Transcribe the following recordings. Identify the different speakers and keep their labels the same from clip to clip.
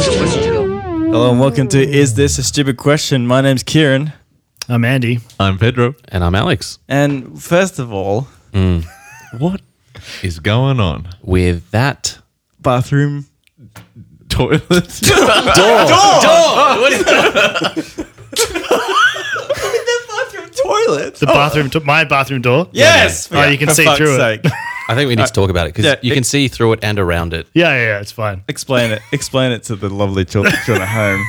Speaker 1: Hello and welcome to Is This a Stupid Question? My name's Kieran.
Speaker 2: I'm Andy.
Speaker 3: I'm Pedro.
Speaker 4: And I'm Alex.
Speaker 1: And first of all,
Speaker 4: What?
Speaker 3: Is going on?
Speaker 4: With that
Speaker 1: bathroom.
Speaker 3: Toilet?
Speaker 1: Bathroom toilet?
Speaker 2: The bathroom, to- my bathroom door.
Speaker 1: Yes!
Speaker 2: Oh, you can
Speaker 1: For
Speaker 2: see
Speaker 1: fuck's
Speaker 2: through it.
Speaker 1: sake.
Speaker 4: I think we need to talk about it because
Speaker 1: Uh, yeah,
Speaker 4: you
Speaker 1: it-
Speaker 4: can see through it and around it.
Speaker 2: Yeah, yeah, yeah. It's fine.
Speaker 1: Explain it. Explain it to the lovely children at home.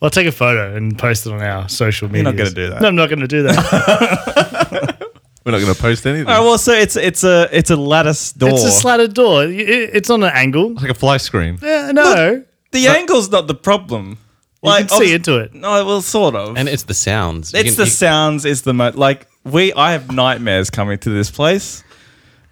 Speaker 2: I'll take a photo and post it on our social media.
Speaker 1: not gonna do that.
Speaker 2: No, I'm not going to do that.
Speaker 3: We're not going to post anything.
Speaker 1: All right, well, so it's it's a it's a lattice door.
Speaker 2: it's a slatted door. It- it- it's on an angle.
Speaker 3: like a fly screen.
Speaker 2: Yeah, no,
Speaker 1: the angle's not the problem.
Speaker 2: you can see into it.
Speaker 1: No, well, sort of.
Speaker 4: And it's the sounds. You
Speaker 1: It's
Speaker 4: can-
Speaker 1: the
Speaker 4: you-
Speaker 1: sounds is the most like we. I have nightmares coming to this place.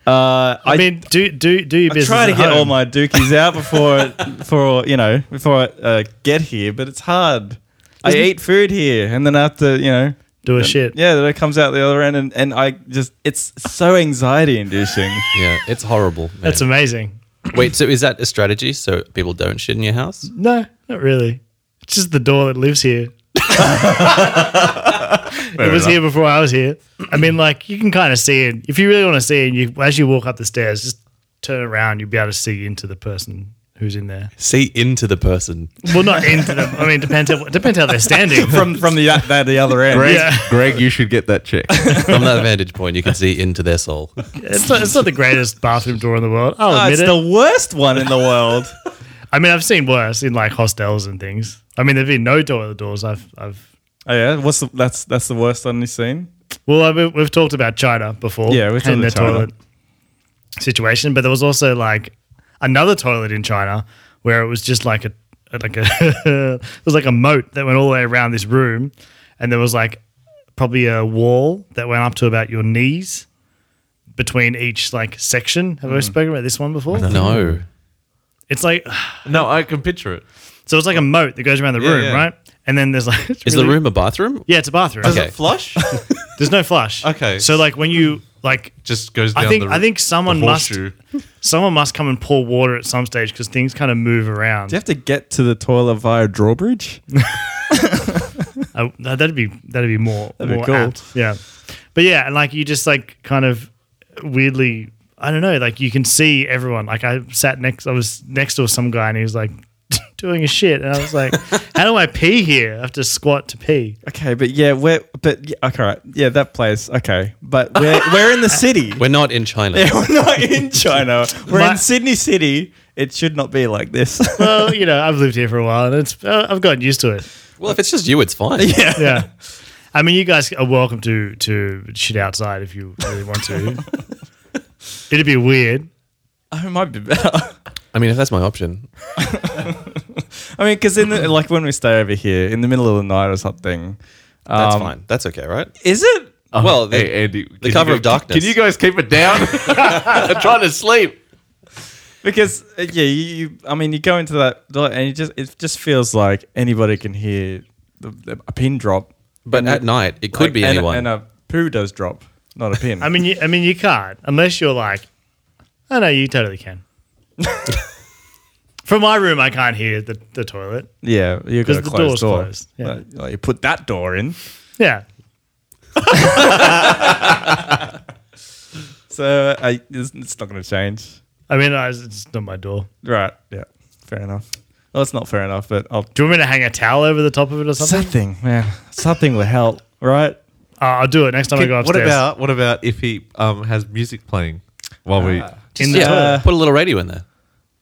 Speaker 1: Uh,
Speaker 2: I, mean, do do do your
Speaker 1: I
Speaker 2: business.
Speaker 1: try to
Speaker 2: at
Speaker 1: get all
Speaker 2: home.
Speaker 1: my dookies out before before you know before I uh, get here, but it's hard. I eat food here, and then I have to you know
Speaker 2: do a shit.
Speaker 1: yeah, then it comes out the other end, and, and I just it's so anxiety inducing.
Speaker 4: Yeah, it's horrible. man.
Speaker 2: That's amazing.
Speaker 4: Wait, so is that a strategy so people don't shit in your house?
Speaker 2: No, not really. It's just the door that lives here. it was here before I was here. I mean, like you can kind of see it if you really want to see it. You as you walk up the stairs, just turn around. You'll be able to see into the person who's in there.
Speaker 4: See into the person.
Speaker 2: Well, not into them. I mean, depends how, depends how they're standing.
Speaker 1: from from the the, the other end.
Speaker 3: Greg,
Speaker 2: Yeah.
Speaker 3: Greg, you should get that checked.
Speaker 4: From that vantage point, you can see into their soul.
Speaker 2: It's not, it's not the greatest bathroom door in the world. I'll
Speaker 1: Oh,
Speaker 2: admit
Speaker 1: it's
Speaker 2: it.
Speaker 1: the worst one in the world.
Speaker 2: I mean, I've seen worse in like hostels and things. I mean, there've been no toilet doors. I've I've
Speaker 1: oh yeah, what's the, that's that's the worst one you've seen?
Speaker 2: Well, I mean, we've talked about China before.
Speaker 1: Yeah, we've talked
Speaker 2: and
Speaker 1: about
Speaker 2: the
Speaker 1: China.
Speaker 2: toilet situation, but there was also like another toilet in China where it was just like a like a it was like a moat that went all the way around this room, and there was like probably a wall that went up to about your knees between each like section. Have I spoken about this one before?
Speaker 4: No.
Speaker 2: It's like
Speaker 3: no, I can picture it.
Speaker 2: so it's like a moat that goes around the room,
Speaker 3: yeah.
Speaker 2: right? And then there's like it's
Speaker 4: Is
Speaker 2: really-
Speaker 4: the room a bathroom?
Speaker 2: Yeah, it's a bathroom.
Speaker 4: Okay.
Speaker 3: Flush?
Speaker 2: There's no flush.
Speaker 3: Okay.
Speaker 2: So like when you like
Speaker 3: Just goes down
Speaker 2: I think
Speaker 3: the
Speaker 2: I think someone
Speaker 3: the
Speaker 2: must
Speaker 3: horseshoe.
Speaker 2: someone must come and pour water at some stage because things kind of move around.
Speaker 1: Do you have to get to the toilet via drawbridge?
Speaker 2: I- Uh, that'd be that'd be more
Speaker 1: That'd be
Speaker 2: more
Speaker 1: cool.
Speaker 2: apt. Yeah, but yeah, and like you just like kind of weirdly, I don't know, like you can see everyone. Like I sat next, I was next to some guy and he was like doing a shit, and I was like, how do I pee here? I have to squat to pee.
Speaker 1: Okay, but yeah, we're but yeah, okay, right, yeah, that place. Okay, but we're we're in the city.
Speaker 4: We're not in China.
Speaker 1: Yeah, we're not in China. We're
Speaker 2: My-
Speaker 1: in Sydney City. It should not be like this.
Speaker 2: Well, you know, I've lived here for a while and it's uh, I've gotten used to it.
Speaker 4: Well, if it's just you, it's fine.
Speaker 1: yeah.
Speaker 2: Yeah. I mean, you guys are welcome to to shit outside if you really want to. It'd be weird.
Speaker 1: Oh, it might be better.
Speaker 4: I mean, if that's my option.
Speaker 1: I mean, because in the, like when we stay over here in the middle of the night or something,
Speaker 4: That's
Speaker 1: um, uh,
Speaker 4: fine. That's okay, right?
Speaker 1: Is it?
Speaker 4: well, the,
Speaker 3: Hey, Andy. can you
Speaker 4: cover
Speaker 3: guys-
Speaker 4: of darkness.
Speaker 3: Can you guys keep it down? I'm trying to sleep.
Speaker 1: Because uh, yeah, you, you. I mean, you go into that door and you just it just feels like anybody can hear the, the, a pin drop.
Speaker 4: but at night, it could
Speaker 1: Like,
Speaker 4: be
Speaker 1: and,
Speaker 4: anyone.
Speaker 1: And a poo does drop, not a pin.
Speaker 2: I mean, you, I mean, you can't unless you're like, oh no, you totally can. From my room, I can't hear the, the toilet.
Speaker 1: yeah, you got a
Speaker 2: 'Cause the
Speaker 1: closed
Speaker 2: door's
Speaker 1: door.
Speaker 2: closed, yeah.
Speaker 1: Like, like, you put that door in.
Speaker 2: Yeah,
Speaker 1: So I, it's, it's not going to change.
Speaker 2: I mean, I, it's not my door.
Speaker 1: Right. Yeah. Fair enough. Well, it's not fair enough, but I'll.
Speaker 2: Do you want me to hang a towel over the top of it or something?
Speaker 1: Something, man. Something will help, right?
Speaker 2: Uh, I'll do it next time I go
Speaker 3: what
Speaker 2: upstairs.
Speaker 3: about what about if he um, has music playing while we?
Speaker 2: in the
Speaker 4: yeah,
Speaker 1: toilet.
Speaker 4: put a little radio in there.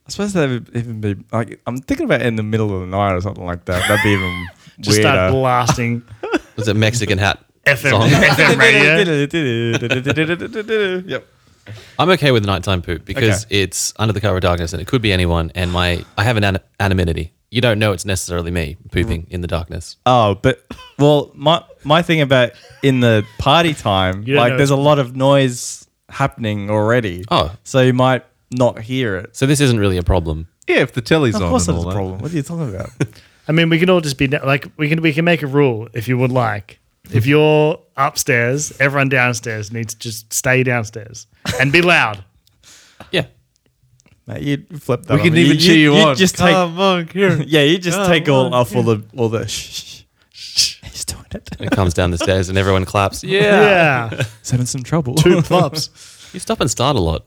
Speaker 1: I suppose that would even be like I'm thinking about in the middle of the night or something like that. That'd be even
Speaker 2: Just start
Speaker 1: weirder.
Speaker 2: blasting
Speaker 4: It's a Mexican hat
Speaker 2: FM,
Speaker 4: song.
Speaker 2: FM radio.
Speaker 1: yep.
Speaker 4: I'm okay with nighttime poop because it's under the cover of darkness and it could be anyone. And my I have an an- anonymity. You don't know it's necessarily me pooping in the darkness.
Speaker 1: Oh, but well, my my thing about in the party time,
Speaker 2: don't
Speaker 1: like
Speaker 2: know.
Speaker 1: there's a lot of noise happening already.
Speaker 4: Oh.
Speaker 1: so you might not hear it.
Speaker 4: So this isn't really a problem.
Speaker 3: Yeah, if the telly's
Speaker 1: Of
Speaker 3: on.
Speaker 1: course,
Speaker 3: and
Speaker 1: that's
Speaker 3: all
Speaker 1: a
Speaker 3: that.
Speaker 1: problem. What are you talking about?
Speaker 2: I mean, we can all just be like, we can we can make a rule if you would like. If you're upstairs, everyone downstairs needs to just stay downstairs and be loud.
Speaker 4: Yeah,
Speaker 1: Mate, you'd flip that.
Speaker 3: we
Speaker 1: on
Speaker 3: can
Speaker 1: me.
Speaker 3: even cheer you, on.
Speaker 1: Just take,
Speaker 3: Come on, Kieran.
Speaker 1: yeah, you just
Speaker 3: Come
Speaker 1: take all
Speaker 3: on,
Speaker 1: off all the all the. Shh, shh, shh. He's doing it.
Speaker 4: And it comes down the stairs and everyone claps. Yeah.
Speaker 2: Yeah.
Speaker 1: He's having some trouble.
Speaker 2: Two plops.
Speaker 4: You stop and start a lot.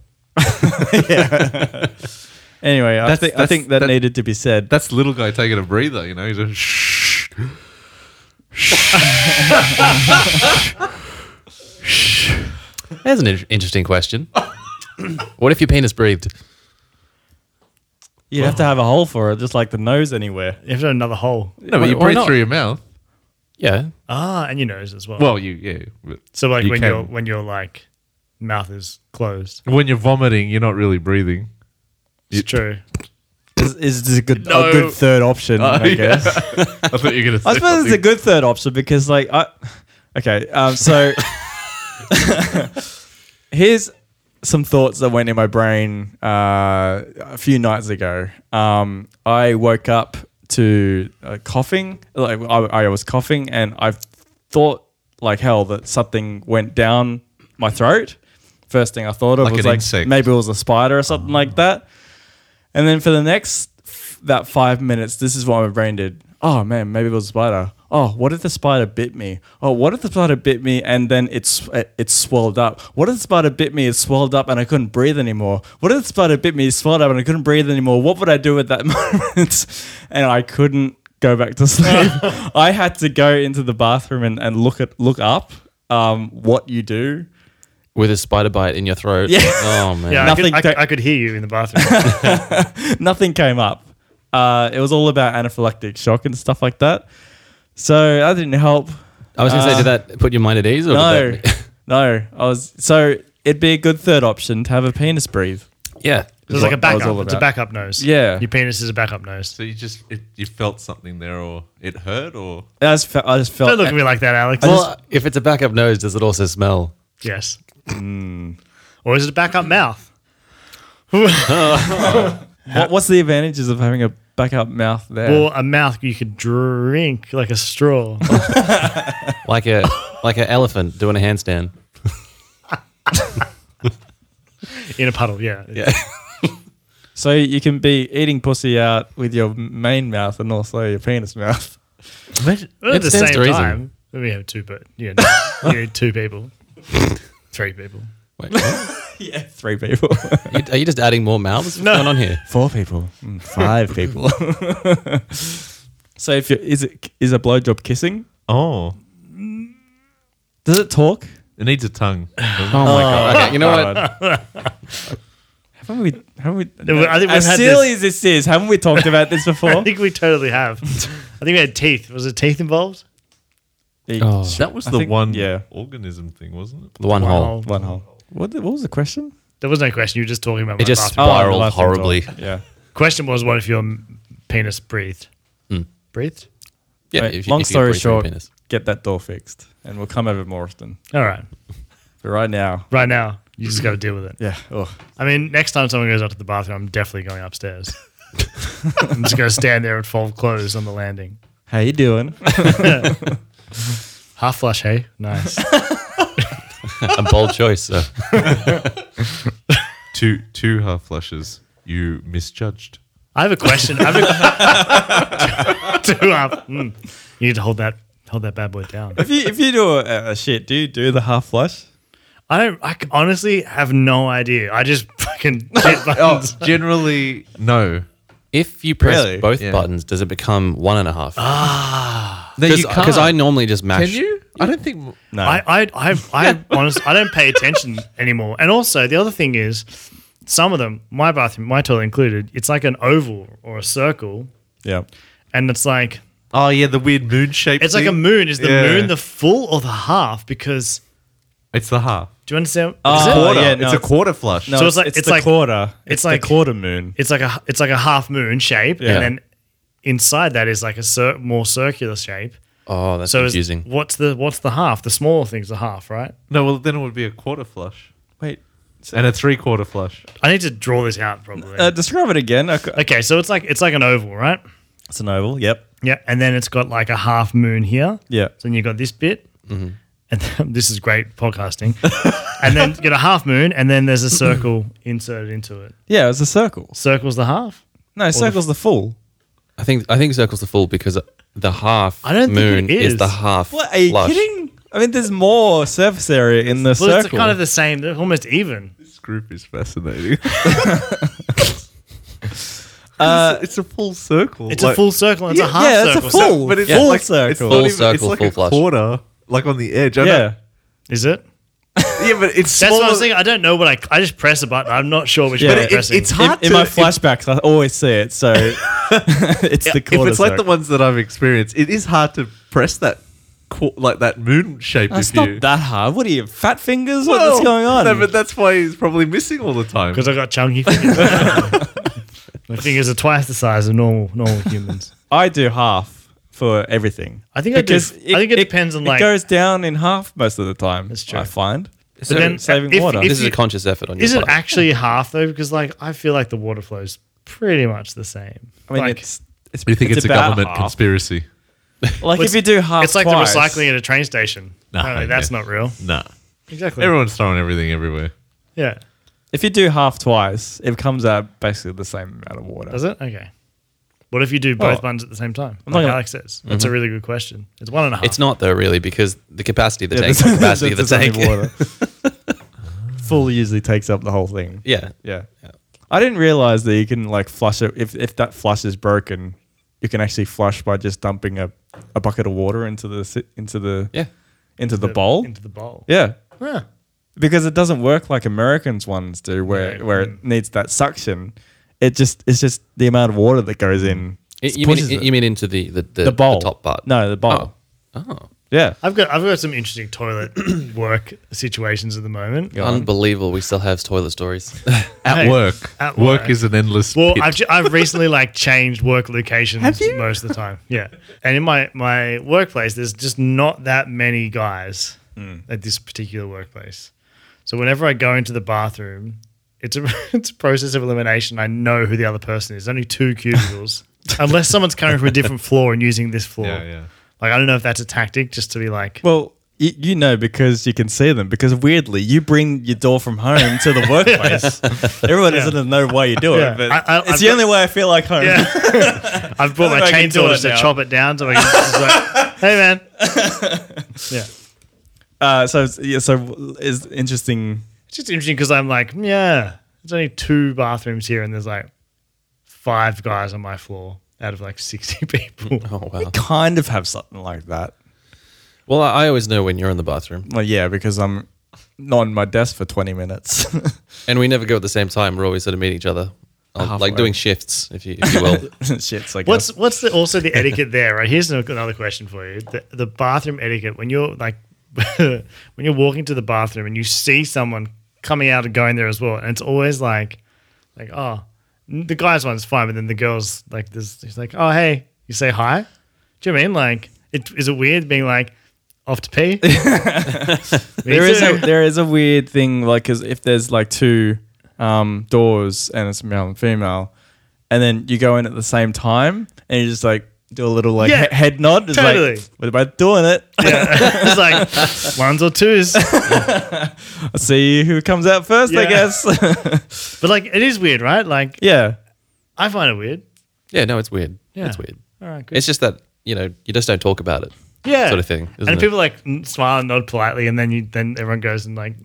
Speaker 1: anyway, I
Speaker 3: That's-
Speaker 1: think I
Speaker 3: that's-
Speaker 1: think that,
Speaker 3: that-
Speaker 1: needed to be said.
Speaker 3: That's the little guy taking a breather. You know, he's just shh.
Speaker 4: There's an in- interesting question. what if your penis breathed?
Speaker 1: You'd have to have a hole for it, just like the nose anywhere.
Speaker 2: You have to have another hole.
Speaker 3: No, but
Speaker 4: Why-
Speaker 3: you
Speaker 4: why
Speaker 3: breathe
Speaker 4: not?
Speaker 3: through your mouth.
Speaker 4: Yeah.
Speaker 2: Ah, and your nose as well.
Speaker 3: Well, you yeah. but
Speaker 2: so like
Speaker 3: you
Speaker 2: when
Speaker 3: can.
Speaker 2: you're when your like mouth is closed.
Speaker 3: when you're vomiting, you're not really breathing.
Speaker 2: It's true.
Speaker 1: Is, is this a good a
Speaker 3: No.
Speaker 1: good third option?
Speaker 3: Oh,
Speaker 1: I guess.
Speaker 3: I thought you were gonna. Say
Speaker 1: I suppose it's a
Speaker 3: something.
Speaker 1: good third option because, like, I okay. Um, so here's some thoughts that went in my brain uh, a few nights ago. Um, I woke up to uh, coughing. Like, I, I was coughing, and I thought like hell that something went down my throat. First thing I thought of
Speaker 3: Like
Speaker 1: was
Speaker 3: an
Speaker 1: like
Speaker 3: insect.
Speaker 1: maybe it was a spider or something like that. And then for the next f- that five minutes, this is what my brain did. Oh man, maybe it was a spider. Oh, what if the spider bit me? Oh, what if the spider bit me and then it's it, it swelled up? What if the spider bit me? It swelled up and I couldn't breathe anymore. What if the spider bit me? It swelled up and I couldn't breathe anymore. What would I do at that moment? And I couldn't go back to sleep. I had to go into the bathroom and, and look at look up um, what you do.
Speaker 4: With a spider bite in your throat.
Speaker 1: Yeah.
Speaker 4: Oh, man.
Speaker 2: Yeah, I could,
Speaker 1: Nothing
Speaker 2: I,
Speaker 1: to-
Speaker 2: I could hear you in the bathroom.
Speaker 1: nothing came up. Uh, it was all about anaphylactic shock and stuff like that. So that didn't help.
Speaker 4: I was going
Speaker 1: Uh,
Speaker 4: to say, did that put your mind at ease? Or
Speaker 1: No,
Speaker 4: Did that,
Speaker 1: no. I was so it'd be a good third option to have a penis breathe.
Speaker 4: yeah.
Speaker 2: So it's like a
Speaker 1: That was all
Speaker 2: backup. It's a
Speaker 1: about-
Speaker 2: backup nose.
Speaker 1: Yeah.
Speaker 2: Your penis is a backup nose.
Speaker 3: So you just it, you felt something there, or it hurt, or
Speaker 1: I just, fe- I just felt.
Speaker 2: Don't look at me like that, Alex.
Speaker 4: Well, if it's a backup nose, does it also smell?
Speaker 2: yes.
Speaker 1: mm.
Speaker 2: Or is it a backup mouth?
Speaker 1: what, what's the advantages of having a backup mouth there?
Speaker 2: Or a mouth you could drink like a straw.
Speaker 4: Like a like an elephant doing a handstand.
Speaker 2: in a puddle. Yeah.
Speaker 1: so you can be eating pussy out with your main mouth and also your penis mouth.
Speaker 2: Well,
Speaker 4: It
Speaker 2: at the
Speaker 4: stands
Speaker 2: same
Speaker 4: to reason.
Speaker 2: time, we have two, but yeah, no, you need two people, three people.
Speaker 4: Wait, what?
Speaker 1: Yeah, three people,
Speaker 4: You- are you just adding more mouths? What's
Speaker 2: No.
Speaker 4: going on here?
Speaker 1: four people, Mm, five people. so if you is it is a blowjob kissing?
Speaker 3: oh,
Speaker 1: Does it talk?
Speaker 3: it needs a tongue.
Speaker 4: Oh, my god. Okay, you know
Speaker 1: Oh.
Speaker 4: what?
Speaker 1: Haven't we? Haven't we?
Speaker 2: we- I think
Speaker 1: as
Speaker 2: we've had
Speaker 1: silly as this is, haven't we talked about this
Speaker 2: I
Speaker 1: before?
Speaker 2: think we totally have. I think we had teeth. Was it teeth involved?
Speaker 4: Oh,
Speaker 3: That was
Speaker 1: I
Speaker 3: the
Speaker 1: think-
Speaker 3: one
Speaker 1: yeah.
Speaker 3: organism thing, wasn't it?
Speaker 4: the one
Speaker 2: Wow.
Speaker 4: hole.
Speaker 1: One hole. What, the- what was the question? Oh,
Speaker 2: There was no question. You were just talking about.
Speaker 4: It
Speaker 2: my
Speaker 4: just
Speaker 2: bathroom.
Speaker 4: spiraled
Speaker 1: the last thing
Speaker 4: horribly.
Speaker 1: talk. Yeah.
Speaker 2: Question was, what if your m- penis breathed? Breathed.
Speaker 4: Yeah.
Speaker 1: Right,
Speaker 4: if you-
Speaker 1: long
Speaker 4: if you
Speaker 1: story
Speaker 4: breathe through your
Speaker 1: short,
Speaker 4: penis.
Speaker 1: get that door fixed, and we'll come over more often.
Speaker 2: All right.
Speaker 1: But right now,
Speaker 2: Right now, you just got to deal with it.
Speaker 1: yeah. Oh,
Speaker 2: I mean, next time someone goes up to the bathroom, I'm definitely going upstairs. I'm just going to stand there and fold clothes on the landing.
Speaker 1: how you doing?
Speaker 2: Half flush, hey? Nice.
Speaker 4: a bold choice. So.
Speaker 3: Two two half flushes. You misjudged.
Speaker 2: I have a question. I have a two up. Mm. You need to hold that hold that bad boy down.
Speaker 1: if you if you do a, a shit, do you do the half flush?
Speaker 2: I don't. I c- honestly have no idea. I just fucking hit
Speaker 3: Oh,
Speaker 2: buttons.
Speaker 3: generally no.
Speaker 4: If you press
Speaker 1: Really?
Speaker 4: both
Speaker 3: Yeah.
Speaker 4: buttons, does it become one and a half?
Speaker 3: No, you can't.
Speaker 4: Because I normally just mash.
Speaker 3: Can you? I don't think.
Speaker 1: No.
Speaker 2: I I I, I honestly I don't pay attention anymore. And also the other thing is, some of them, my bathroom, my toilet included, it's like an oval or a circle,
Speaker 1: yeah.
Speaker 2: and it's like
Speaker 3: Oh yeah, the weird moon shape.
Speaker 2: it's like a
Speaker 3: thing.
Speaker 2: moon. Is the
Speaker 3: Yeah.
Speaker 2: moon the full or the half? Because
Speaker 3: It's the half.
Speaker 2: do you understand?
Speaker 1: Oh,
Speaker 3: quarter.
Speaker 1: yeah, no,
Speaker 3: it's a
Speaker 1: it's-
Speaker 3: quarter flush.
Speaker 1: No,
Speaker 2: So
Speaker 1: it's,
Speaker 2: it's like-
Speaker 1: it's,
Speaker 2: it's
Speaker 1: the
Speaker 2: like-
Speaker 1: quarter. It's,
Speaker 2: like-
Speaker 1: the quarter moon.
Speaker 2: it's like a it's like a half moon shape,
Speaker 4: Yeah.
Speaker 2: and then inside that is like a cir- more circular shape.
Speaker 4: Oh, that's
Speaker 2: So is,
Speaker 4: confusing.
Speaker 2: what's the what's the half? The smaller thing's the half, right?
Speaker 3: No, well then it would be a quarter flush
Speaker 1: Wait.
Speaker 3: and a three quarter flush.
Speaker 2: I need to draw this out probably.
Speaker 1: Uh, describe it again. I c-
Speaker 2: okay, so it's like it's like an oval, right?
Speaker 1: It's an oval. Yep.
Speaker 2: Yeah, and then it's got like a half moon here.
Speaker 1: Yeah. Mm-hmm.
Speaker 2: So then you got this bit, and then- this is great podcasting. and then get a half moon, and then there's a circle inserted into it.
Speaker 1: Yeah, it's a circle.
Speaker 2: Circle's the half.
Speaker 1: No, circle's the full.
Speaker 4: I think I think circle's the full because the half
Speaker 2: I don't think
Speaker 4: moon
Speaker 2: it
Speaker 4: is.
Speaker 2: is.
Speaker 4: the half.
Speaker 1: What are you
Speaker 4: flush.
Speaker 1: kidding? I mean, there's more surface area in the
Speaker 2: Well, it's
Speaker 1: circle.
Speaker 2: kind of the same. They're almost even.
Speaker 3: This group is fascinating. Uh, it's, a full circle.
Speaker 2: It's a
Speaker 3: like-
Speaker 2: full circle. and It's
Speaker 1: Yeah,
Speaker 2: a half
Speaker 1: yeah, it's a
Speaker 2: circle.
Speaker 1: full-
Speaker 2: So-
Speaker 3: but it's
Speaker 1: full
Speaker 3: like,
Speaker 1: circle.
Speaker 3: It's not
Speaker 4: Full
Speaker 3: even, it's
Speaker 4: circle,
Speaker 3: like
Speaker 4: full
Speaker 3: a
Speaker 4: flush.
Speaker 3: quarter, like on the edge. I
Speaker 1: yeah.
Speaker 2: Is it?
Speaker 3: know- yeah, but it's
Speaker 2: That's
Speaker 3: smaller.
Speaker 2: what I was thinking. I don't know what I. I just press a button. I'm not sure which
Speaker 1: Yeah.
Speaker 2: button
Speaker 1: But
Speaker 2: I'm
Speaker 1: it-
Speaker 2: pressing.
Speaker 3: it's hard
Speaker 1: in, in
Speaker 3: to-
Speaker 1: my
Speaker 3: if-
Speaker 1: flashbacks, I always see it. So it's the
Speaker 3: if
Speaker 1: quarter.
Speaker 3: it's like the
Speaker 1: circle.
Speaker 3: ones that I've experienced, it is hard to press that, qu- like that moon shape.
Speaker 1: That's
Speaker 3: if
Speaker 1: not
Speaker 3: you,
Speaker 1: that hard. What are you, fat fingers? What-
Speaker 3: Well,
Speaker 1: What's going on?
Speaker 3: No, but that's why he's probably missing all the time.
Speaker 2: because I got chunky fingers. My fingers are twice the size of normal normal humans.
Speaker 1: I do half for everything.
Speaker 2: I think I do- I think it depends on, like-
Speaker 1: It goes down in half most of the time.
Speaker 2: That's true.
Speaker 1: I find.
Speaker 4: So
Speaker 2: But then-
Speaker 1: saving
Speaker 2: if-
Speaker 1: water.
Speaker 2: if
Speaker 4: this is
Speaker 2: you-
Speaker 4: a conscious effort on your
Speaker 2: Is it
Speaker 4: part.
Speaker 2: actually half though? Because like I feel like the water flows pretty much the same.
Speaker 1: I mean,
Speaker 2: like,
Speaker 1: it's, it's.
Speaker 3: you think it's, a
Speaker 1: about
Speaker 3: government
Speaker 1: half.
Speaker 3: conspiracy?
Speaker 1: Like if you do half,
Speaker 2: it's like
Speaker 1: twice-
Speaker 2: the recycling at a train station.
Speaker 3: Nah,
Speaker 2: Apparently that's
Speaker 3: yeah.
Speaker 2: not real.
Speaker 3: Nah,
Speaker 2: Exactly.
Speaker 3: everyone's throwing everything everywhere.
Speaker 2: Yeah.
Speaker 1: If you do half twice, it comes out basically the same amount of water.
Speaker 2: Does it? Okay. What if you do both
Speaker 1: Oh.
Speaker 2: buttons at the same time?
Speaker 1: not
Speaker 2: Like
Speaker 1: gonna-
Speaker 2: Alex says, that's a really good question. It's one and a half.
Speaker 4: It's not though, really, because the capacity of the tank,
Speaker 1: there's-
Speaker 4: the capacity of the
Speaker 1: there's only
Speaker 4: tank.
Speaker 1: water. Full usually takes up the whole thing.
Speaker 4: yeah,
Speaker 1: Yeah.
Speaker 4: Yeah.
Speaker 1: I didn't realize that you can like flush it if, if that flush is broken, you can actually flush by just dumping a, a bucket of water into the si- into the
Speaker 4: yeah.
Speaker 1: into the, bowl.
Speaker 2: Into the bowl.
Speaker 1: yeah.
Speaker 2: Huh.
Speaker 1: Because it doesn't work like Americans ones do where
Speaker 2: Right.
Speaker 1: where it needs that suction. It just it's just the amount of water that goes in.
Speaker 4: It- you mean
Speaker 1: pushes it.
Speaker 4: you mean into the the, the,
Speaker 1: the bowl.
Speaker 4: top part?
Speaker 1: No, the bowl.
Speaker 4: Oh. Oh.
Speaker 1: Yeah.
Speaker 2: I've got I've got some interesting toilet work situations at the moment.
Speaker 1: Go on.
Speaker 4: Unbelievable. We still have toilet stories.
Speaker 3: At
Speaker 2: Hey,
Speaker 3: work,
Speaker 2: at
Speaker 3: work,
Speaker 2: work.
Speaker 3: is an endless.
Speaker 2: Well,
Speaker 3: pit.
Speaker 2: I've, ju- I've recently like changed work locations most of the time. Yeah, and in my my workplace, there's just not that many guys
Speaker 3: Hmm.
Speaker 2: at this particular workplace. So whenever I go into the bathroom, it's a it's a process of elimination. I know who the other person is. Only two cubicles, unless someone's coming from a different floor and using this floor.
Speaker 3: yeah, yeah.
Speaker 2: Like I don't know if that's a tactic just to be like.
Speaker 1: Well, you, you know because you can see them. Because weirdly, you bring your door from home to the workplace. Everyone doesn't know why you do it,
Speaker 2: Yeah.
Speaker 1: but
Speaker 2: I- I-
Speaker 1: it's
Speaker 2: I've
Speaker 1: the
Speaker 2: got-
Speaker 1: only way I feel like home.
Speaker 2: Yeah. I've brought my
Speaker 1: I can do
Speaker 2: chainsaw
Speaker 1: it
Speaker 2: just to
Speaker 1: now.
Speaker 2: chop it down so I can just like, hey man. yeah.
Speaker 1: Uh, so it's- yeah, so is interesting.
Speaker 2: It's just interesting because I'm like, yeah, there's only two bathrooms here, and there's like five guys on my floor out of like 60 people.
Speaker 4: oh wow.
Speaker 1: Kind of have something like that.
Speaker 4: Well, I, I always know when you're in the bathroom,
Speaker 1: Well, yeah, because I'm not on my desk for twenty minutes.
Speaker 4: and we never go at the same time. We're always sort of meeting each other, Uh,
Speaker 1: Halfway.
Speaker 4: like doing shifts, if you if you will.
Speaker 1: Shits, I guess.
Speaker 2: What's what's the, also the etiquette there? Right, here's an- another question for you: the, the bathroom etiquette when you're like when you're walking to the bathroom and you see someone coming out and going there as well, and it's always like like oh the guys one's fine, but then the girls like this he's like oh hey you say hi, do you know what I mean like it is it weird being like off to pee?
Speaker 1: there is a, there is a weird thing like 'cause if there's like two um, doors and it's male and female, and then you go in at the same time and you just like do a little like
Speaker 2: Yeah,
Speaker 1: he- head nod. It's
Speaker 2: totally.
Speaker 1: Like, we're both doing it.
Speaker 2: Yeah. it's like ones or twos.
Speaker 1: I'll see who comes out first, I
Speaker 2: Yeah.
Speaker 1: guess.
Speaker 2: But like it is weird, right? Like
Speaker 1: yeah.
Speaker 2: I find it weird.
Speaker 4: yeah, no, it's weird.
Speaker 2: Yeah.
Speaker 4: It's weird.
Speaker 2: All right, good.
Speaker 4: It's just that you know you just don't talk about it.
Speaker 2: yeah.
Speaker 4: sort of thing,
Speaker 2: and
Speaker 4: isn't it?
Speaker 2: people like n- smile and nod politely and then you then everyone goes and like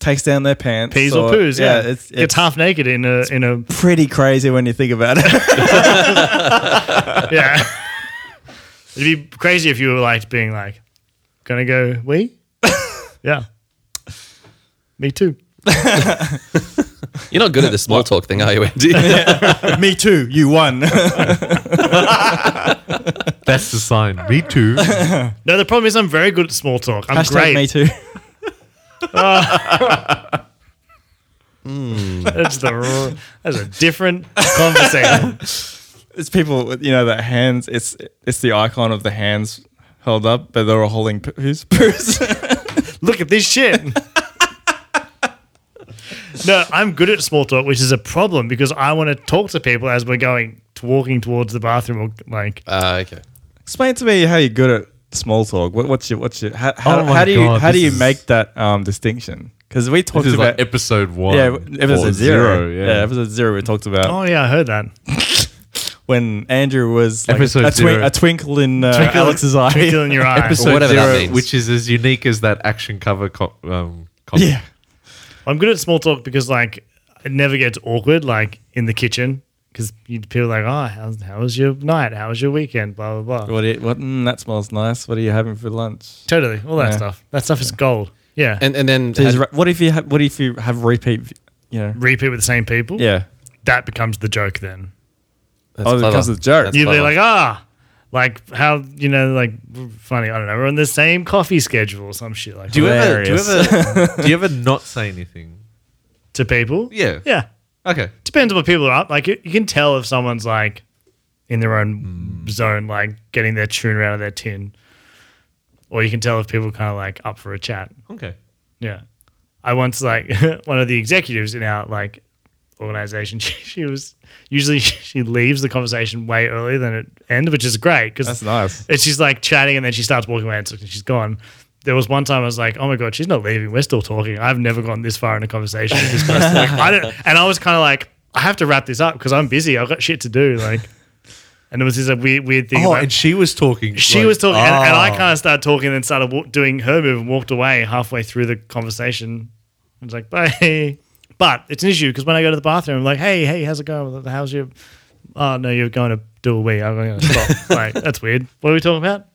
Speaker 1: Takes down their pants.
Speaker 2: pees or, poos. Yeah.
Speaker 1: It's,
Speaker 2: Gets
Speaker 1: it's
Speaker 2: half naked in a in a
Speaker 1: pretty crazy when you think about it.
Speaker 2: yeah. It'd be crazy if you were like being like, Gonna go we? yeah. Me too.
Speaker 4: You're not good at this small talk thing, are you, Andy?
Speaker 1: Me too. You won.
Speaker 3: That's the sign. Me too.
Speaker 2: No, the problem is I'm very good at small talk. I'm
Speaker 1: Hashtag
Speaker 2: great.
Speaker 1: me too.
Speaker 2: That's the that's a different conversation.
Speaker 1: It's people, with, you know, that hands. It's it's the icon of the hands held up, but they're all holding p- who's poos.
Speaker 2: look at this shit. no, I'm good at small talk, which is a problem because I want to talk to people as we're going to walking towards the bathroom or like
Speaker 4: uh, okay.
Speaker 1: Explain to me how you're good at small talk. What, what's your what's your how, how,
Speaker 5: Oh my
Speaker 1: how do you
Speaker 5: God,
Speaker 1: how do
Speaker 5: this
Speaker 1: you
Speaker 5: is-
Speaker 1: make that um distinction? Because we talked
Speaker 5: This is
Speaker 1: about
Speaker 5: like episode one.
Speaker 1: yeah episode
Speaker 5: or
Speaker 1: zero, yeah.
Speaker 5: yeah.
Speaker 1: episode zero. We talked about
Speaker 2: Oh yeah, I heard that.
Speaker 1: when Andrew was like
Speaker 5: Episode
Speaker 1: a, a, twink,
Speaker 5: zero.
Speaker 1: a twinkle in uh,
Speaker 2: Twinkle-
Speaker 1: Alex's eye.
Speaker 2: Twinkle in your eye.
Speaker 5: Episode
Speaker 4: whatever that
Speaker 5: zero,
Speaker 4: means.
Speaker 5: which is as unique as that action cover. Co- um, comic.
Speaker 1: yeah,
Speaker 2: I'm good at small talk because like it never gets awkward, like in the kitchen, because people are like, oh, how, how was your night? How was your weekend? Blah blah blah.
Speaker 1: what? do you- what? Mm, that smells nice. What are you having for lunch?
Speaker 2: Totally, all that
Speaker 1: Yeah.
Speaker 2: stuff. That stuff is gold. Yeah, and
Speaker 4: And and then
Speaker 1: So he's
Speaker 4: had-
Speaker 1: re- what if you ha- what if you have repeat? You know,
Speaker 2: repeat with the same people.
Speaker 1: yeah.
Speaker 2: that becomes the joke then.
Speaker 4: that's
Speaker 1: Oh, because of the joke.
Speaker 4: That's
Speaker 2: You'd be
Speaker 4: clever.
Speaker 2: like, ah, like how you know, like funny. I don't know. We're on the same coffee schedule, or some shit like
Speaker 5: Do you
Speaker 2: that.
Speaker 5: ever? Do you
Speaker 1: Hilarious.
Speaker 5: ever? do you ever not say anything?
Speaker 2: to people.
Speaker 5: Yeah.
Speaker 2: yeah.
Speaker 5: Okay.
Speaker 2: Depends on what people are up. Like you, you can tell if someone's like in their
Speaker 5: Mm.
Speaker 2: own zone, like getting their tuna out of their tin, or you can tell if people kind of like up for a chat.
Speaker 5: Okay.
Speaker 2: Yeah. I once like one of the executives in our like organization. She, she was usually she leaves the conversation way earlier than it ends, which is great because
Speaker 1: That's nice.
Speaker 2: and she's like chatting and then she starts walking away and she's gone. There was one time I was like, oh my God, she's not leaving. We're still talking. I've never gotten this far in a conversation with this person. Like, I don't, and I was kind of like, I have to wrap this up because I'm busy. I've got shit to do. Like, and it was this like, weird, weird thing.
Speaker 5: Oh,
Speaker 2: about-
Speaker 5: and she was talking.
Speaker 2: she
Speaker 5: like-
Speaker 2: was talking, and, and I
Speaker 5: Oh.
Speaker 2: kind of started talking and started wa- doing her move and walked away halfway through the conversation. I was like, bye. But it's an issue because when I go to the bathroom, I'm like, hey, hey, how's it going? How's your. Oh, no, you're going to do a wee. I'm going to stop. like, that's weird. What are we talking about?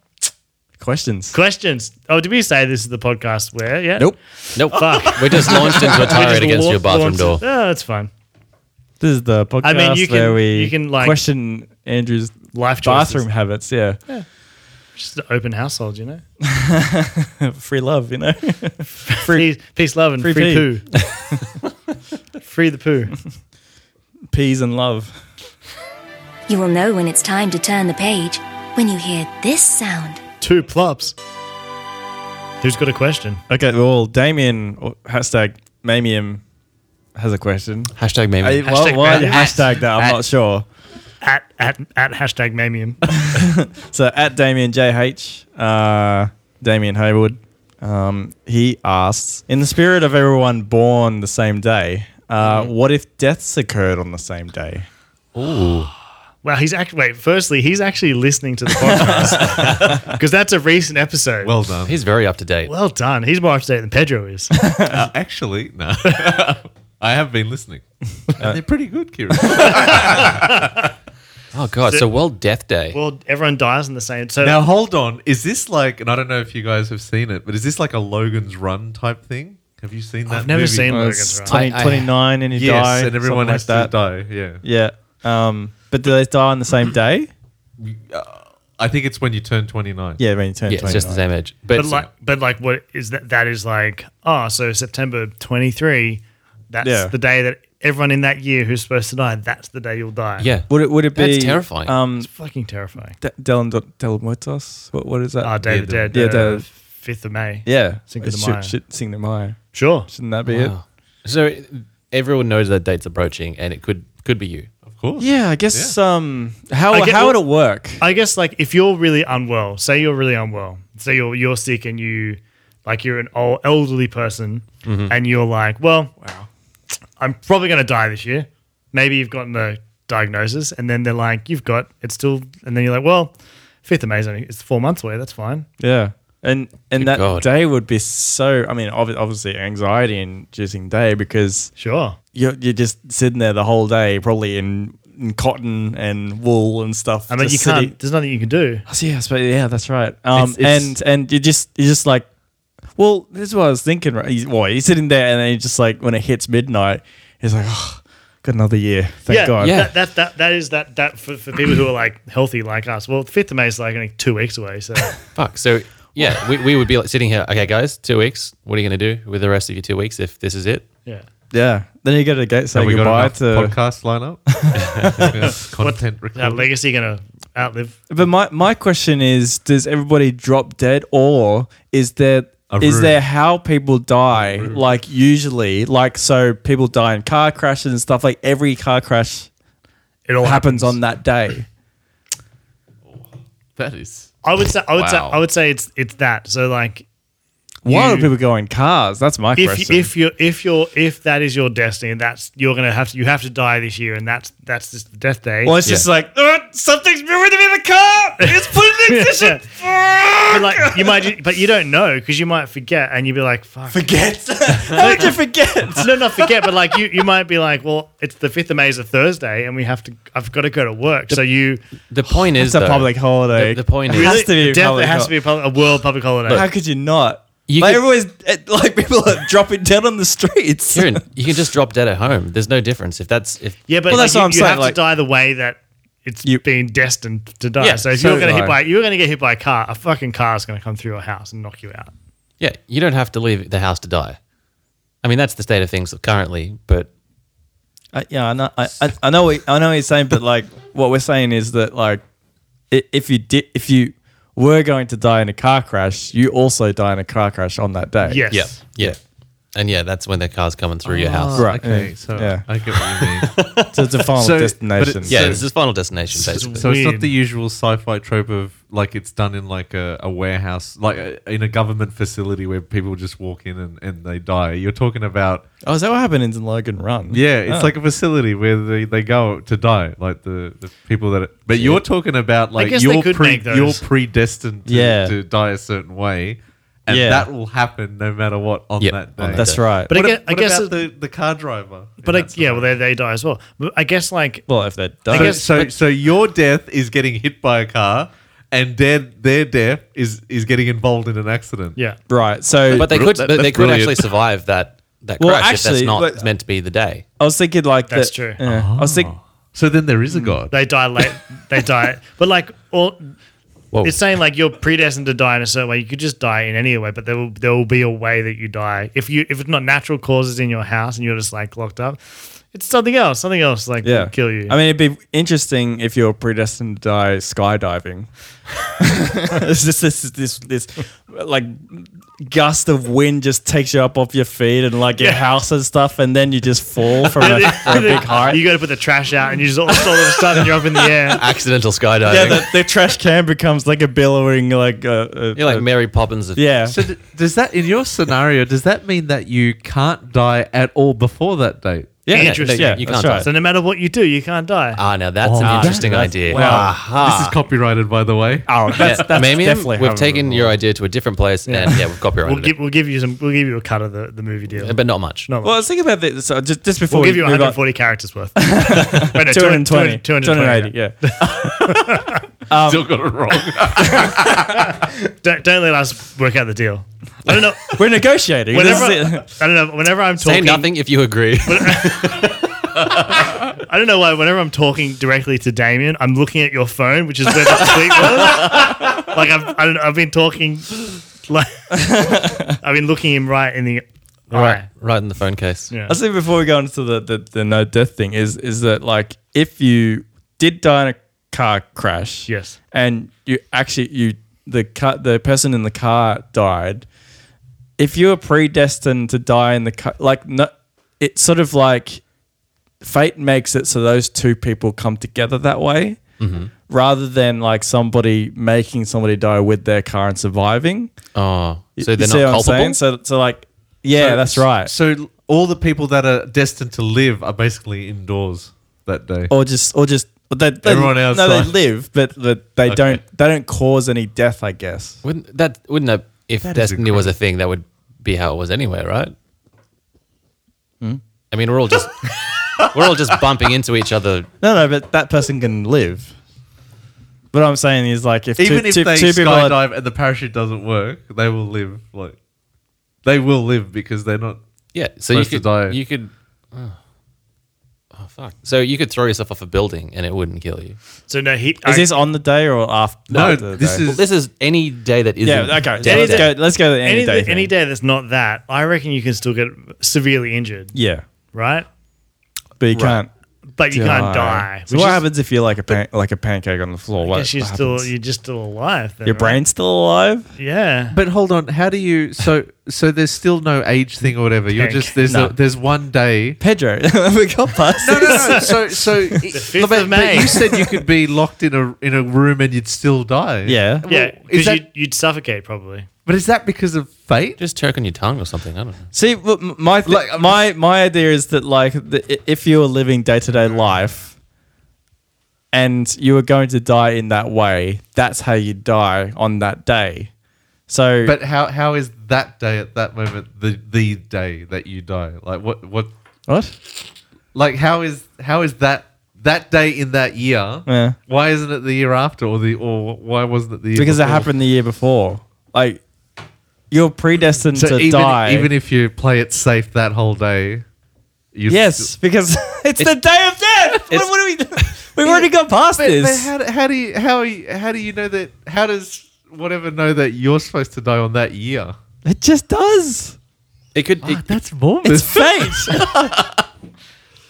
Speaker 1: Questions.
Speaker 2: Questions. Oh, did we say this is the podcast where? Yeah.
Speaker 1: Nope.
Speaker 4: nope.
Speaker 2: "Oh, Fuck.
Speaker 4: We just launched into a tirade against your bathroom door.
Speaker 2: Oh, that's fine.
Speaker 1: This is the podcast
Speaker 2: I mean, you
Speaker 1: where
Speaker 2: can-
Speaker 1: we
Speaker 2: you can, like-
Speaker 1: question Andrew's
Speaker 2: Life choices.
Speaker 1: bathroom habits. Yeah,
Speaker 2: Just an open household, you know.
Speaker 1: free love. You know, free
Speaker 2: Peace, peace love, and
Speaker 1: free
Speaker 2: free, poo. free the poo.
Speaker 1: peas and love.
Speaker 6: You will know when it's time to turn the page when you hear this sound.
Speaker 2: Two plops. Who's got a question?
Speaker 1: Okay, well, Damien or hashtag Mamium has a question.
Speaker 4: Hashtag meme.
Speaker 1: Hey, why-
Speaker 2: Hashtag
Speaker 1: why did you
Speaker 2: Mamium.
Speaker 1: hashtag that? I'm not sure.
Speaker 2: At at at hashtag mamium.
Speaker 1: So at Damien JH, uh, Damien Haywood, um, he asks, in the spirit of everyone born the same day, uh,
Speaker 4: Mm-hmm.
Speaker 1: what if deaths occurred on the same day?
Speaker 2: Wow, he's actually wait. Firstly, he's actually listening to the podcast because that's a recent episode.
Speaker 5: Well done.
Speaker 4: He's very up to date.
Speaker 2: well done. He's more up to date than Pedro is.
Speaker 5: Uh, actually, no. I have been listening. And they're pretty good, Kieran.
Speaker 4: Oh god. So World Death Day.
Speaker 2: well, everyone dies in the same. So
Speaker 5: now, hold on. Is this like, and I don't know if you guys have seen it, but is this like a Logan's Run type thing? Have you seen that?
Speaker 2: I've never
Speaker 5: movie?
Speaker 2: seen
Speaker 1: Well, it's
Speaker 2: Logan's Run.
Speaker 1: 20,
Speaker 4: I- I-
Speaker 1: 29 and you
Speaker 5: Yes,
Speaker 1: die.
Speaker 5: and everyone
Speaker 1: something
Speaker 5: has
Speaker 1: like
Speaker 5: to die. Yeah.
Speaker 1: Yeah. Um, but do they die on the same day?
Speaker 5: I think it's when you turn 29.
Speaker 1: Yeah, when you turn
Speaker 4: yeah,
Speaker 1: 29.
Speaker 4: it's just the same age. But,
Speaker 2: But like, but like, what is that? That is like, oh, so September twenty three. That's
Speaker 1: Yeah.
Speaker 2: the day that everyone in that year who's supposed to die. That's the day you'll die.
Speaker 4: yeah.
Speaker 1: Would it, would it be
Speaker 4: That's terrifying.
Speaker 1: Um,
Speaker 2: it's fucking terrifying.
Speaker 1: De- Del, Del Muertos? What, what is that?
Speaker 2: Ah, oh, David
Speaker 5: yeah,
Speaker 2: Dead.
Speaker 1: yeah,
Speaker 2: uh,
Speaker 1: the-
Speaker 2: fifth of May.
Speaker 1: yeah.
Speaker 2: Cinco de
Speaker 1: It should-
Speaker 2: Mayo.
Speaker 1: should- Cinco de Mayo.
Speaker 2: Sure.
Speaker 1: Shouldn't that be it?
Speaker 4: Wow. So everyone knows that date's approaching, and it could could be you.
Speaker 5: Of course.
Speaker 1: Yeah, I guess. Um, how
Speaker 2: I get
Speaker 1: how
Speaker 2: what-
Speaker 1: would it work?
Speaker 2: I guess like if you're really unwell, say you're really unwell, say you're you're sick and you like you're an old elderly person
Speaker 1: Mm-hmm.
Speaker 2: and you're like, well, wow, I'm probably gonna die this year. Maybe you've gotten a diagnosis and then they're like, you've got it's still, and then you're like, well, fifth of May is only it's four months away. That's fine.
Speaker 1: Yeah, and and that
Speaker 4: God.
Speaker 1: day would be so. I mean, obvi- obviously, anxiety inducing day because
Speaker 2: Sure.
Speaker 1: you're you're just sitting there the whole day, probably in, in cotton and wool and stuff.
Speaker 2: I mean,
Speaker 1: just
Speaker 2: you
Speaker 1: sitting-
Speaker 2: can't. There's nothing you can do.
Speaker 1: Oh, so yeah, I suppose- yeah, that's right. Um,
Speaker 5: It's- it's-
Speaker 1: and and you just you just like, well, this is what I was thinking. Right, you, well, you're sitting there, and then you just like when it hits midnight, it's like, oh, got another year. Thank
Speaker 2: yeah,
Speaker 1: God.
Speaker 4: Yeah.
Speaker 2: That, that that that is that that for, for people who are like healthy like us. Well, fifth of May is like only two weeks away, so
Speaker 4: Fuck. So yeah, we, we would be like sitting here. Okay, guys, two weeks. What are you gonna do with the rest of your two weeks if this is it?
Speaker 2: yeah.
Speaker 1: yeah. Then you go to the gate, say
Speaker 5: Have we got
Speaker 1: goodbye
Speaker 5: enough
Speaker 1: to
Speaker 5: podcast lineup? Yeah, Content
Speaker 2: Our
Speaker 5: recording.
Speaker 2: legacy gonna outlive
Speaker 1: But my, my question is, does everybody drop dead, or is there
Speaker 5: A
Speaker 1: is
Speaker 5: room.
Speaker 1: there how people die? Like usually, like so people die in car crashes and stuff. Like every car crash
Speaker 2: it all
Speaker 1: happens on that day.
Speaker 5: That is.
Speaker 2: I would say I would say
Speaker 5: Wow.
Speaker 2: I would say it's it's that. So like
Speaker 1: Why
Speaker 2: You-
Speaker 1: do people go in cars? That's my
Speaker 2: if
Speaker 1: question.
Speaker 2: if you if you're if that is your destiny and that's you're gonna have to you have to die this year and that's that's just the death day.
Speaker 1: well, it's just like "Ugh, something's ruined me in the car. It's put an ignition.
Speaker 2: But, like you might ju- but you don't know because you might forget and you'd be like fuck
Speaker 1: Forget. How did you forget?
Speaker 2: no not forget but like you you might be like well it's the fifth of May is a Thursday and we have to I've got to go to work so you
Speaker 4: The point is
Speaker 1: It's a
Speaker 4: though,
Speaker 1: public holiday.
Speaker 4: The, the point
Speaker 1: It
Speaker 4: is,
Speaker 1: has to be a
Speaker 2: death,
Speaker 1: public
Speaker 2: it has
Speaker 1: hol-
Speaker 2: to be a, public, a world public holiday
Speaker 1: How could you not?
Speaker 4: You
Speaker 1: like
Speaker 4: could-
Speaker 1: everyone's it- like people are dropping dead on the streets.
Speaker 4: Kieran, you can just drop dead at home. There's no difference if that's if
Speaker 2: yeah but
Speaker 1: Well,
Speaker 2: like,
Speaker 1: that's what
Speaker 2: you,
Speaker 1: I'm
Speaker 2: you
Speaker 1: saying,
Speaker 2: have
Speaker 1: like-
Speaker 2: to die the way that it's
Speaker 1: You-
Speaker 2: being destined to die
Speaker 4: Yeah,
Speaker 2: so if
Speaker 1: so
Speaker 2: you're gonna
Speaker 1: die.
Speaker 2: hit by you're gonna get hit by a car a fucking car is gonna come through your house and knock you out
Speaker 4: yeah, you don't have to leave the house to die. I mean, that's the state of things currently. But
Speaker 1: I, yeah, I know. I, I, I know. What, I know what you're saying, but like, what we're saying is that like, i- if you did, if you were going to die in a car crash, you also die in a car crash on that day.
Speaker 2: yes
Speaker 4: yeah, yeah, and yeah, that's when the car's coming through
Speaker 5: Ah.
Speaker 4: your house.
Speaker 1: Right.
Speaker 5: Okay,
Speaker 1: Yeah.
Speaker 5: so
Speaker 1: Yeah.
Speaker 5: I get what you mean.
Speaker 1: So it's a final
Speaker 5: So- but it-
Speaker 1: destination.
Speaker 4: Yeah,
Speaker 5: So-
Speaker 4: this is final destination basically.
Speaker 5: so it's
Speaker 2: Weird.
Speaker 5: not the usual sci-fi trope of like it's done in like a, a warehouse, like a, in a government facility where people just walk in and, and they die. You're talking about
Speaker 1: Oh, is that what happened in Logan Run?
Speaker 5: yeah, it's
Speaker 1: Oh.
Speaker 5: like a facility where they, they go to die, like the, the people that. Are, but you're talking about like
Speaker 2: guess they
Speaker 5: you're
Speaker 2: could
Speaker 5: pre,
Speaker 2: make those.
Speaker 5: you're predestined to,
Speaker 1: Yeah.
Speaker 5: to die a certain way, and
Speaker 1: Yeah.
Speaker 5: that will happen no matter what on
Speaker 4: Yep,
Speaker 5: that
Speaker 4: on
Speaker 5: day.
Speaker 4: that
Speaker 1: that's
Speaker 4: day.
Speaker 1: right.
Speaker 2: But
Speaker 5: What,
Speaker 2: I
Speaker 5: a-
Speaker 2: guess, I
Speaker 5: what
Speaker 2: guess
Speaker 5: about the, the car driver?
Speaker 2: But
Speaker 5: in
Speaker 2: I,
Speaker 5: that
Speaker 2: yeah, well,
Speaker 5: scenario?
Speaker 2: they, they die as well. But I guess like
Speaker 1: well, if they die,
Speaker 2: I guess-
Speaker 5: so
Speaker 2: but-
Speaker 5: so your death is getting hit by a car, and their their death is is getting involved in an accident.
Speaker 2: yeah,
Speaker 1: right. So,
Speaker 4: but they could
Speaker 5: That-
Speaker 4: they,
Speaker 5: that's
Speaker 4: could actually
Speaker 5: brilliant.
Speaker 4: survive that that
Speaker 1: Well,
Speaker 4: crash if
Speaker 1: actually,
Speaker 4: that's not
Speaker 1: but-
Speaker 4: meant to be the day.
Speaker 1: I was thinking like
Speaker 2: That's
Speaker 1: that-
Speaker 2: true.
Speaker 1: yeah. I was
Speaker 5: Ah.
Speaker 1: thinking.
Speaker 5: So then there is a god.
Speaker 2: Mm. they die late. they die, but like all.
Speaker 4: Whoa.
Speaker 2: It's saying like you're predestined to die in a certain way. You could just die in any way, but there will there will be a way that you die. If you if it's not natural causes in your house and you're just like locked up, it's something else. Something else like
Speaker 1: Yeah,
Speaker 2: will kill you.
Speaker 1: I mean, it'd be interesting if you're predestined to die skydiving. it's just this, this, this, like gust of wind just takes you up off your feet and like your
Speaker 2: Yeah.
Speaker 1: house and stuff, and then you just fall from a, from a big height.
Speaker 2: you got to put the trash out, and you just all, all of a sudden you're up in the air.
Speaker 4: Accidental skydiving.
Speaker 1: Yeah, the, the trash can becomes like a billowing, like uh, uh,
Speaker 4: You're like Mary Poppins. Of,
Speaker 1: yeah.
Speaker 5: So th- does that in your scenario? Does that mean that you can't die at all before that date?
Speaker 1: yeah,
Speaker 4: Yeah,
Speaker 2: Interesting.
Speaker 4: no,
Speaker 1: Yeah,
Speaker 4: you
Speaker 1: that's
Speaker 4: can't.
Speaker 1: right.
Speaker 2: So no matter what you do, you can't die.
Speaker 4: Ah, now that's an interesting idea.
Speaker 1: wow.
Speaker 5: This is copyrighted, by the way.
Speaker 1: Oh, that's,
Speaker 4: Yeah,
Speaker 1: that's
Speaker 4: Mamium,
Speaker 1: definitely
Speaker 4: we've
Speaker 1: how-
Speaker 4: taken your idea to a different place, and yeah, we've copyrighted
Speaker 2: we'll give we'll give you some we'll give you a cut of the, the movie deal.
Speaker 4: it, but not much.
Speaker 2: No,
Speaker 1: Well, I was thinking about this. So just, just before
Speaker 2: We'll
Speaker 1: we
Speaker 2: give you
Speaker 1: move on-
Speaker 2: 140 characters worth. Wait, no,
Speaker 1: 220,
Speaker 2: 280.
Speaker 1: 280, yeah.
Speaker 5: Still got it wrong.
Speaker 2: Don't, don't let us work out the deal. I don't know.
Speaker 1: We're negotiating.
Speaker 2: Whenever,
Speaker 1: This is it.
Speaker 2: I don't know. Whenever I'm
Speaker 4: Say
Speaker 2: talking,
Speaker 4: nothing if you agree.
Speaker 2: I don't know why. Whenever I'm talking directly to Damien, I'm looking at your phone, which is where the tweet was. Like I've, I don't know, I've been talking, like I've been looking him right in the eye.
Speaker 4: right in the phone case.
Speaker 2: Yeah.
Speaker 1: I think before we go into the, the the no death thing is is that like if you did die in a car crash,
Speaker 2: Yes.
Speaker 1: and you actually you the car, the person in the car died. If you were predestined to die in the car, like no, it's sort of like fate makes it so those two people come together that way,
Speaker 4: Mm-hmm.
Speaker 1: rather than like somebody making somebody die with their car and surviving.
Speaker 4: Oh, so
Speaker 1: You
Speaker 4: they're
Speaker 1: see what I'm
Speaker 4: not
Speaker 1: saying?
Speaker 4: culpable.
Speaker 1: So so like yeah, that's right.
Speaker 5: So all the people that are destined to live are basically indoors that day.
Speaker 1: or just or just but they, they,
Speaker 5: Everyone
Speaker 1: No, they
Speaker 5: outside.
Speaker 1: live, but, but they don't they don't cause any death, I guess.
Speaker 4: Wouldn't that wouldn't that if
Speaker 5: That is
Speaker 4: destiny was a thing, that would be how it was anyway, right? I mean, we're all just we're all just bumping into each other.
Speaker 1: No, no, but that person can live. But I'm saying is like if
Speaker 5: Even
Speaker 1: two,
Speaker 5: if
Speaker 1: two-
Speaker 5: they
Speaker 1: two people are-
Speaker 5: skydive and the parachute doesn't work, they will live. Like they will live because they're not.
Speaker 4: Yeah, so you
Speaker 5: Supposed to
Speaker 4: could
Speaker 5: die.
Speaker 4: you could. Oh. oh fuck! So you could throw yourself off a building and it wouldn't kill you.
Speaker 2: So no, he.
Speaker 1: is
Speaker 2: I-
Speaker 1: this on the day or after?
Speaker 5: No,
Speaker 1: after the
Speaker 5: this
Speaker 1: day?
Speaker 5: is-
Speaker 4: Well, this is any day that isn't.
Speaker 1: yeah. Okay, so
Speaker 4: dead
Speaker 1: let's
Speaker 4: day.
Speaker 1: go. Let's go to the any,
Speaker 2: any,
Speaker 1: day.
Speaker 2: any
Speaker 1: thing.
Speaker 2: day that's not that, I reckon you can still get severely injured,
Speaker 1: Yeah,
Speaker 2: right?
Speaker 1: but you can't.
Speaker 2: But you can't die.
Speaker 1: So
Speaker 2: which
Speaker 1: what
Speaker 2: is-
Speaker 1: happens if you're like a pan- like a pancake on the floor? What
Speaker 2: Guess you're
Speaker 1: happens?
Speaker 2: still you're just still alive. Then,
Speaker 1: your
Speaker 2: right?
Speaker 1: brain's still alive?
Speaker 2: Yeah.
Speaker 5: But hold on, how do you? So so there's still no age thing or whatever. You're
Speaker 2: Heck,
Speaker 5: just there's
Speaker 1: no.
Speaker 5: a, there's one day.
Speaker 1: Pedro, we got past.
Speaker 5: No, no, no. so so
Speaker 2: fifth of May.
Speaker 5: you said you could be locked in a in a room and you'd still die.
Speaker 1: Yeah.
Speaker 5: Well,
Speaker 2: Yeah,
Speaker 5: is
Speaker 2: because
Speaker 5: that,
Speaker 2: you'd, you'd suffocate probably.
Speaker 5: but is that because of fate?
Speaker 4: Just choke on your tongue or something. I don't know.
Speaker 1: See, look, m- my th-
Speaker 5: Like, I'm
Speaker 1: my my idea is that like the, i- if you were living day to day life, and you were going to die in that way, that's how you die on that day. So,
Speaker 5: But how how is that day at that moment the the day that you die? Like what what
Speaker 1: what?
Speaker 5: like how is how is that that day in that year?
Speaker 1: Yeah.
Speaker 5: Why isn't it the year after or the or why wasn't it the year
Speaker 1: Because it
Speaker 5: before?
Speaker 1: happened the year before. Like you're predestined
Speaker 5: So
Speaker 1: to
Speaker 5: even,
Speaker 1: die.
Speaker 5: even if you play it safe that whole day, you
Speaker 1: yes, because it's, the day of death. What,
Speaker 4: it's-
Speaker 1: what are we? We've already got past
Speaker 5: But, but
Speaker 1: this.
Speaker 5: how, do- how do you how are you, how do you know that? How does whatever know that you're supposed to die on that year? Ah,
Speaker 1: it just does. Ah,
Speaker 4: It could. it-
Speaker 5: That's morbid.
Speaker 1: It's fate.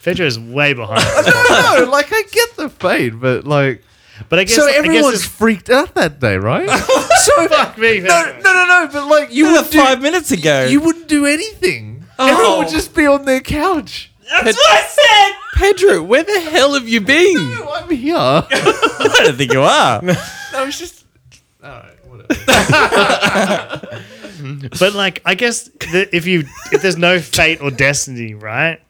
Speaker 2: Pedro's way behind.
Speaker 5: no, like I get the fade, but like
Speaker 2: but I guess
Speaker 5: so
Speaker 2: I guess
Speaker 5: everyone's
Speaker 2: it's-
Speaker 5: freaked out that day, right? so
Speaker 2: fuck me.
Speaker 5: no, no, no, no. But like you would do,
Speaker 1: Five minutes ago.
Speaker 5: you wouldn't do anything. Everyone would just be on their couch.
Speaker 1: That's what I said.
Speaker 4: Pedro, where the hell have you been?
Speaker 5: No, I'm here. no,
Speaker 1: I don't think you are.
Speaker 2: Oh,
Speaker 5: it's just. All right, whatever.
Speaker 2: But like, I guess the, if you if there's no fate or destiny, right?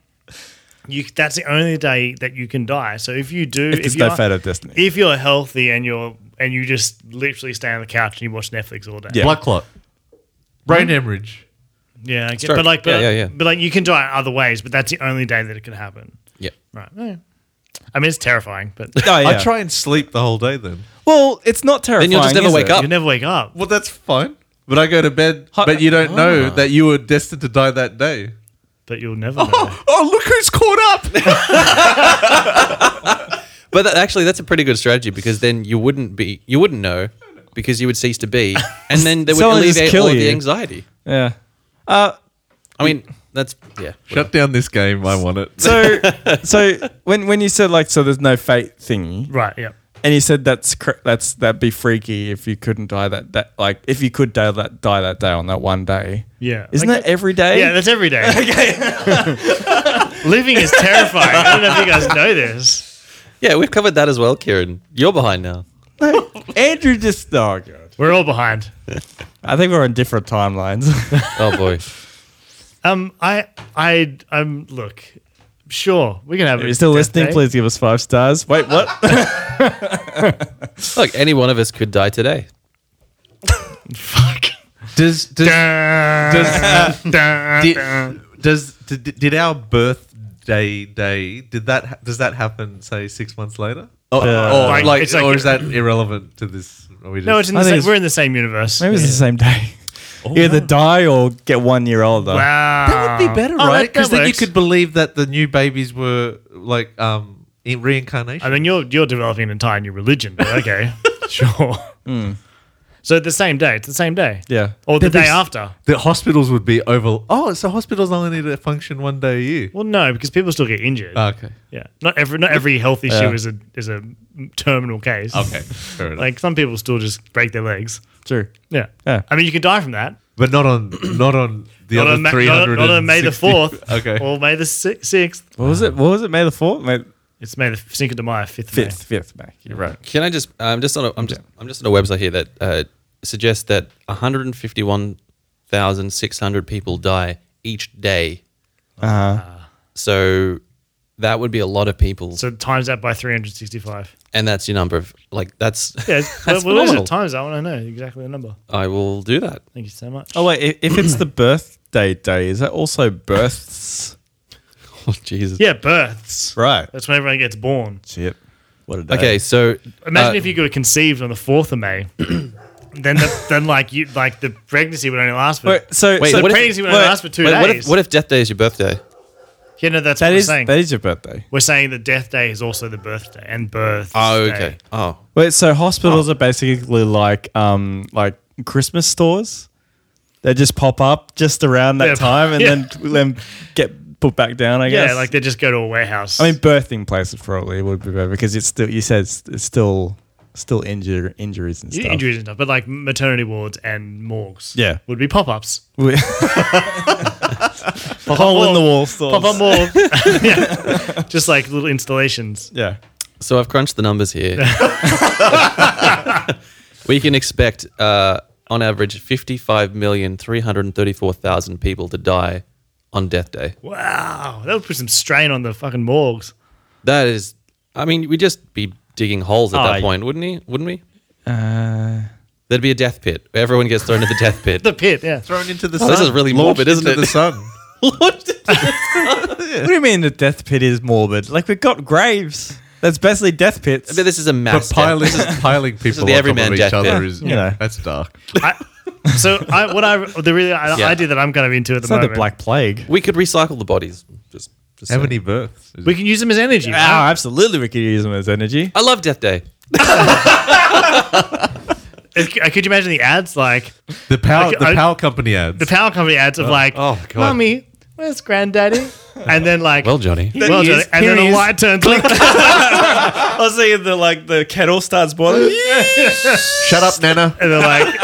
Speaker 2: You that's the only day that you can die. So if you do, if,
Speaker 1: It's
Speaker 2: you
Speaker 1: no
Speaker 2: are-
Speaker 1: fate of destiny.
Speaker 2: if you're healthy and you're and you just literally stay on the couch and you watch Netflix all day,
Speaker 1: Yeah.
Speaker 5: Blood clot, brain hemorrhage.
Speaker 2: yeah, I get-
Speaker 4: true.
Speaker 2: but like, but,
Speaker 4: Yeah, yeah, yeah.
Speaker 2: but like, you can die other ways, but that's the only day that it can happen,
Speaker 4: Yeah.
Speaker 2: right? Yeah. I mean, it's terrifying, but
Speaker 1: Oh, yeah.
Speaker 5: I try and sleep the whole day then.
Speaker 1: Well, it's not terrifying.
Speaker 4: Then you'll just never
Speaker 1: is
Speaker 4: wake
Speaker 1: it?
Speaker 4: up.
Speaker 2: you never wake up.
Speaker 5: Well, that's fine. But I go to bed,
Speaker 1: Hi-
Speaker 5: but you don't know that you were destined to die that day.
Speaker 2: But you'll never. Know.
Speaker 5: Oh, look who's caught up!
Speaker 4: But that, actually, that's a pretty good strategy because then you wouldn't be, you wouldn't know, because you would cease to be, and then they would
Speaker 1: Someone just
Speaker 4: alleviate
Speaker 1: kill
Speaker 4: all of
Speaker 1: you.
Speaker 4: the anxiety.
Speaker 1: Yeah.
Speaker 4: I mean, that's yeah.
Speaker 5: Shut down this game. I want it.
Speaker 1: So, so when when you said like, so there's no fate thingy,
Speaker 2: Right? Yeah.
Speaker 1: and you said that's cr- that's that'd be freaky if you couldn't die that that like if you could die that die that day on that one day.
Speaker 2: Yeah.
Speaker 1: Isn't
Speaker 2: Like-
Speaker 1: that every day?
Speaker 2: Yeah, that's every day. Living is terrifying. I don't know if you guys know this.
Speaker 4: Yeah, we've covered that as well, Kieran. You're behind now.
Speaker 1: Andrew just oh god.
Speaker 2: We're all behind.
Speaker 1: I think we're on different timelines.
Speaker 4: Oh boy.
Speaker 2: Um, I, I, I'm. Look, sure, we can have.
Speaker 1: if
Speaker 2: a
Speaker 1: you're still
Speaker 2: death
Speaker 1: listening,
Speaker 2: day.
Speaker 1: please give us five stars. Wait, what?
Speaker 4: Look, any one of us could die today.
Speaker 2: Fuck.
Speaker 5: Does does
Speaker 2: eh?
Speaker 5: does, did, does did, did our birthday day did that ha- does that happen? Say six months later, or, or
Speaker 2: Like,
Speaker 5: Oh, like,
Speaker 2: it's like-
Speaker 5: or is that irrelevant to this? Are we just,
Speaker 2: No, it's in
Speaker 1: I
Speaker 2: the
Speaker 1: think
Speaker 2: same,
Speaker 1: it's-
Speaker 2: we're in the same universe.
Speaker 1: Maybe it's the same day. you either die or get one year older.
Speaker 2: Wow.
Speaker 5: that would be better,
Speaker 2: Oh, that-
Speaker 5: right? Because
Speaker 2: that
Speaker 5: then you
Speaker 2: works.
Speaker 5: could believe that the new babies were like um in reincarnation.
Speaker 2: I mean, you're you're developing an entire new religion, but okay, sure. So the same day, it's the same day,
Speaker 1: Yeah.
Speaker 2: or the
Speaker 5: There'd be
Speaker 2: day
Speaker 5: s-
Speaker 2: after.
Speaker 5: the hospitals would be over. Oh, so hospitals only need to function one day a year.
Speaker 2: Well, no, because people still get injured.
Speaker 5: Ah, Okay.
Speaker 2: yeah, not every not every health issue is a is a terminal case.
Speaker 5: Okay. Fair enough.
Speaker 2: like some people still just break their legs.
Speaker 1: True.
Speaker 2: Yeah.
Speaker 1: Yeah.
Speaker 2: I mean, you can die from that.
Speaker 5: but not on not on the
Speaker 2: Not
Speaker 5: other
Speaker 2: on, Ma-
Speaker 5: three
Speaker 2: not, on-
Speaker 5: hundred.
Speaker 2: not on May the 4th
Speaker 5: Okay.
Speaker 2: or May the si- 6th.
Speaker 1: What was it? What was it? May the fourth, Um, May
Speaker 2: It's May the f- Cinco de Mayo, 5th. of May.
Speaker 1: fifth, fifth May. You're right.
Speaker 4: Can I just? I'm just on a. I'm just. I'm just on a website here that uh, suggests that 151,600 people die each day.
Speaker 2: Uh-huh.
Speaker 4: Uh, So that would be a lot of people,
Speaker 2: So times that by 365.
Speaker 4: and that's your number of like. That's.
Speaker 2: Yeah,
Speaker 4: that's
Speaker 2: well, what is
Speaker 4: phenomenal.
Speaker 2: it? Times, I want to know exactly the number.
Speaker 4: I will do that.
Speaker 2: Thank you so much.
Speaker 1: Oh wait, i- if it's the birthday day, is that also births?
Speaker 4: Oh Jesus.
Speaker 2: Yeah, births.
Speaker 1: Right.
Speaker 2: That's when everyone gets born.
Speaker 1: Shit. What a day.
Speaker 4: Okay, so
Speaker 2: Imagine
Speaker 4: uh,
Speaker 2: if you got conceived on the 4th of May. then, the, then like you, like the pregnancy would only last for.
Speaker 1: Wait, so
Speaker 4: Wait,
Speaker 1: so
Speaker 2: the
Speaker 4: what if-
Speaker 2: pregnancy would only
Speaker 1: wait,
Speaker 2: last for two
Speaker 4: wait,
Speaker 2: days.
Speaker 4: what if what if death day is your birthday?
Speaker 2: yeah, no, that's
Speaker 1: that
Speaker 2: what
Speaker 1: is
Speaker 2: we're saying.
Speaker 1: that is your birthday.
Speaker 2: we're saying that death day is also the birthday and birth.
Speaker 4: Oh, okay. Oh,
Speaker 1: Wait, so hospitals are basically like um like Christmas stores. They just pop up just around that
Speaker 2: Yeah.
Speaker 1: time and
Speaker 2: Yeah.
Speaker 1: then then get put back down. I
Speaker 2: Yeah,
Speaker 1: guess.
Speaker 2: like they just go to a warehouse.
Speaker 1: I mean, birthing places probably would be better because it's still you said it's, it's still still injur- injuries and stuff.
Speaker 2: injuries and stuff, but like maternity wards and morgues.
Speaker 1: Yeah.
Speaker 2: would be pop ups.
Speaker 1: We- hole in the wall stores.
Speaker 2: Pop up morgue. yeah, just like little installations.
Speaker 1: Yeah.
Speaker 4: So I've crunched the numbers here. we can expect, uh, on average, 55,334,000 people to die on death day.
Speaker 2: Wow, that would put some strain on the fucking morgues.
Speaker 4: That is, I mean, we'd just be digging holes at
Speaker 1: Oh,
Speaker 4: that point, wouldn't he? Wouldn't we? There'd be a death pit. Everyone gets thrown into the death pit.
Speaker 2: The pit, yeah.
Speaker 5: Thrown into the
Speaker 4: Oh,
Speaker 5: sun.
Speaker 4: this is really
Speaker 5: Launched
Speaker 4: morbid, isn't
Speaker 5: into
Speaker 4: it?
Speaker 5: The sun.
Speaker 1: What do you mean the death pit is morbid? Like we've got graves. That's basically death pits.
Speaker 4: But this is a
Speaker 5: But
Speaker 4: mass death.
Speaker 5: piling, this is piling people
Speaker 4: the
Speaker 5: on
Speaker 4: everyman
Speaker 5: top of each
Speaker 4: jack
Speaker 5: other
Speaker 4: bit.
Speaker 5: is
Speaker 1: You know.
Speaker 5: that's dark.
Speaker 2: I, so I, what I the really I,
Speaker 4: Yeah.
Speaker 2: idea that I'm kind of into at the
Speaker 1: it's not the
Speaker 2: moment.
Speaker 1: Black Plague.
Speaker 4: We could recycle the bodies. Just, just
Speaker 5: How
Speaker 4: saying.
Speaker 5: many births?
Speaker 2: We can use them as energy.
Speaker 1: Oh, absolutely, we could use them as energy.
Speaker 4: I love Death Day.
Speaker 2: I, could you imagine the ads like
Speaker 5: The power,
Speaker 2: Like,
Speaker 5: the
Speaker 2: I-
Speaker 5: power company ads.
Speaker 2: the power company ads of like,
Speaker 4: oh, God.
Speaker 2: "Mommy, where's granddaddy?" and then like,
Speaker 4: Well, Johnny.
Speaker 2: well,
Speaker 1: he
Speaker 2: Johnny,
Speaker 1: is.
Speaker 2: and
Speaker 1: Here
Speaker 2: then
Speaker 1: he
Speaker 2: a
Speaker 1: is.
Speaker 2: light turns. Click.
Speaker 1: I was thinking the like the kettle starts boiling.
Speaker 5: Shut up, Nana.
Speaker 2: and they're like,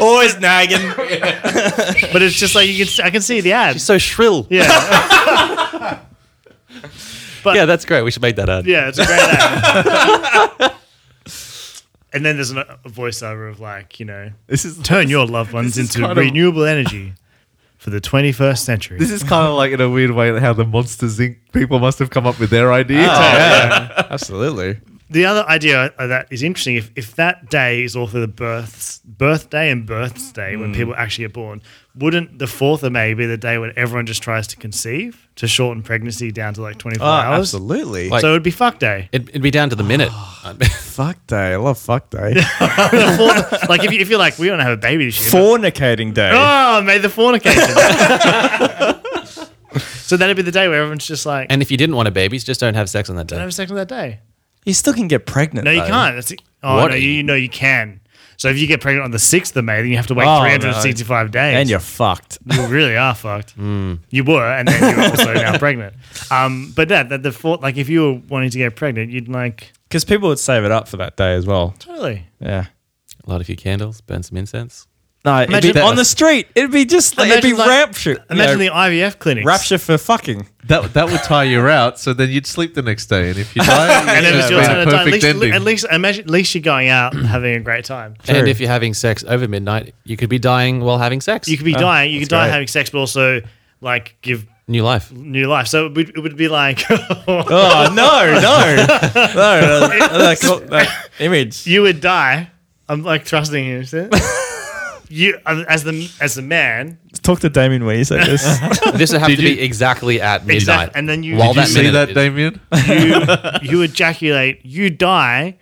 Speaker 1: Always nagging.
Speaker 2: but it's just like you can. I can see the
Speaker 4: She's
Speaker 2: ads.
Speaker 4: so shrill. Yeah.
Speaker 2: Yeah,
Speaker 4: that's great. We should make that ad.
Speaker 2: yeah, it's a great ad. and then there's an- a voiceover of like, you know,
Speaker 5: This is
Speaker 2: turn your loved ones
Speaker 5: is
Speaker 2: into
Speaker 5: kind of-
Speaker 2: renewable energy for the 21st century.
Speaker 5: This is kind of like in a weird way how the Monsters Inc. people must have come up with their idea.
Speaker 1: Absolutely.
Speaker 2: the other idea of that is interesting. If, if that day is also the births, birthday and births day when people actually are born, wouldn't the fourth of May be the day when everyone just tries to conceive to shorten pregnancy down to like 24
Speaker 1: Oh,
Speaker 2: hours?
Speaker 1: absolutely.
Speaker 4: Like-
Speaker 2: So it would be fuck day.
Speaker 4: It'd, it'd be down to the minute.
Speaker 2: Ah.
Speaker 1: fuck day. I love fuck day.
Speaker 2: The fourth- like if, you, if you're like, we don't have a baby this year.
Speaker 1: Fornicating day.
Speaker 2: Oh, may the fornication. so that'd be the day where everyone's just like,
Speaker 4: and if you didn't want a baby, just don't have sex on that
Speaker 2: don't
Speaker 4: day.
Speaker 2: have sex on that day.
Speaker 1: You still can get pregnant.
Speaker 2: No, you
Speaker 1: though.
Speaker 2: can't. That's it. Oh,
Speaker 4: What
Speaker 2: no,
Speaker 4: are
Speaker 2: you,
Speaker 4: you-
Speaker 2: know you can. So if you get pregnant on the 6th of May, then you have to wait
Speaker 1: Oh,
Speaker 2: 365 days.
Speaker 1: And you're fucked.
Speaker 2: you really are fucked. You were, and then you're also now pregnant. Um, but that, that the thought, like, if you were wanting to get pregnant, you'd like
Speaker 1: Because people would save it up for that day as well.
Speaker 2: totally.
Speaker 1: Yeah.
Speaker 4: Light a few candles, burn some incense.
Speaker 1: No,
Speaker 2: Imagine
Speaker 1: it'd be
Speaker 2: that-
Speaker 1: on the street. It'd be just like, it'd be
Speaker 2: like-
Speaker 1: rapture.
Speaker 2: Imagine
Speaker 1: you know,
Speaker 2: the IVF clinics.
Speaker 1: rapture for fucking.
Speaker 5: That that would tire you out. So then you'd sleep the next day, and if you die,
Speaker 2: And it was your
Speaker 5: been
Speaker 2: turn
Speaker 5: a
Speaker 2: to die. At
Speaker 5: perfect
Speaker 2: least,
Speaker 5: ending.
Speaker 2: at least, imagine, at least you're going out and having a great time.
Speaker 4: And if you're having sex over midnight, you could be dying while having sex.
Speaker 2: You could be dying. You could die
Speaker 1: great.
Speaker 2: having sex, but also like give
Speaker 4: New life.
Speaker 2: new life. So it would, it would be like
Speaker 1: Oh no, no, no! That, that, that image.
Speaker 2: you would die. I'm like trusting you. see? you um, as the as the man,
Speaker 1: Talk to Damien when you say this.
Speaker 4: This would have to
Speaker 5: Did you-
Speaker 4: be exactly at midnight.
Speaker 2: Exact- and then you-
Speaker 4: while
Speaker 2: Did
Speaker 5: Did you
Speaker 4: that
Speaker 5: see
Speaker 4: minute
Speaker 5: that,
Speaker 4: is-
Speaker 5: Damien?
Speaker 2: you you ejaculate, you die,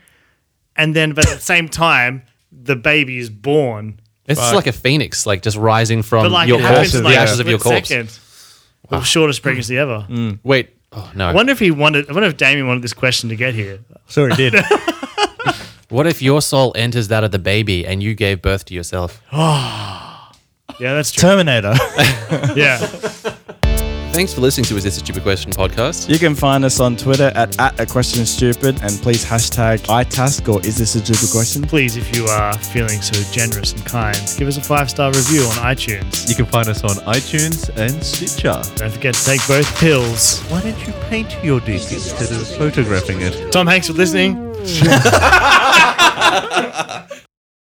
Speaker 2: and then but at the same time the baby is born.
Speaker 4: It's just like a phoenix, like just rising
Speaker 2: But
Speaker 4: from
Speaker 2: like
Speaker 4: Um, your
Speaker 2: it happens
Speaker 4: corpse,
Speaker 2: in
Speaker 4: the
Speaker 2: like
Speaker 4: ashes
Speaker 2: a
Speaker 4: of your
Speaker 2: split
Speaker 4: corpse.
Speaker 2: second. Well, shortest pregnancy ever.
Speaker 4: Wait. Oh no.
Speaker 2: I wonder if he wanted. I wonder if Damien wanted this question to get here.
Speaker 1: sure, it did.
Speaker 4: what if your soul enters that of the baby and you gave birth to yourself?
Speaker 2: Yeah, that's true.
Speaker 1: Terminator.
Speaker 2: yeah,
Speaker 4: Thanks for listening to Is This a Stupid Question podcast.
Speaker 1: You can find us on Twitter at, at a question stupid and please hashtag iTask or is this a stupid question?
Speaker 2: please, if you are feeling so generous and kind, give us a five star review on iTunes.
Speaker 5: You can find us on iTunes and Stitcher.
Speaker 2: Don't forget to take both pills.
Speaker 5: Why don't you paint your dick instead of photographing it?
Speaker 2: Tom, thanks for listening.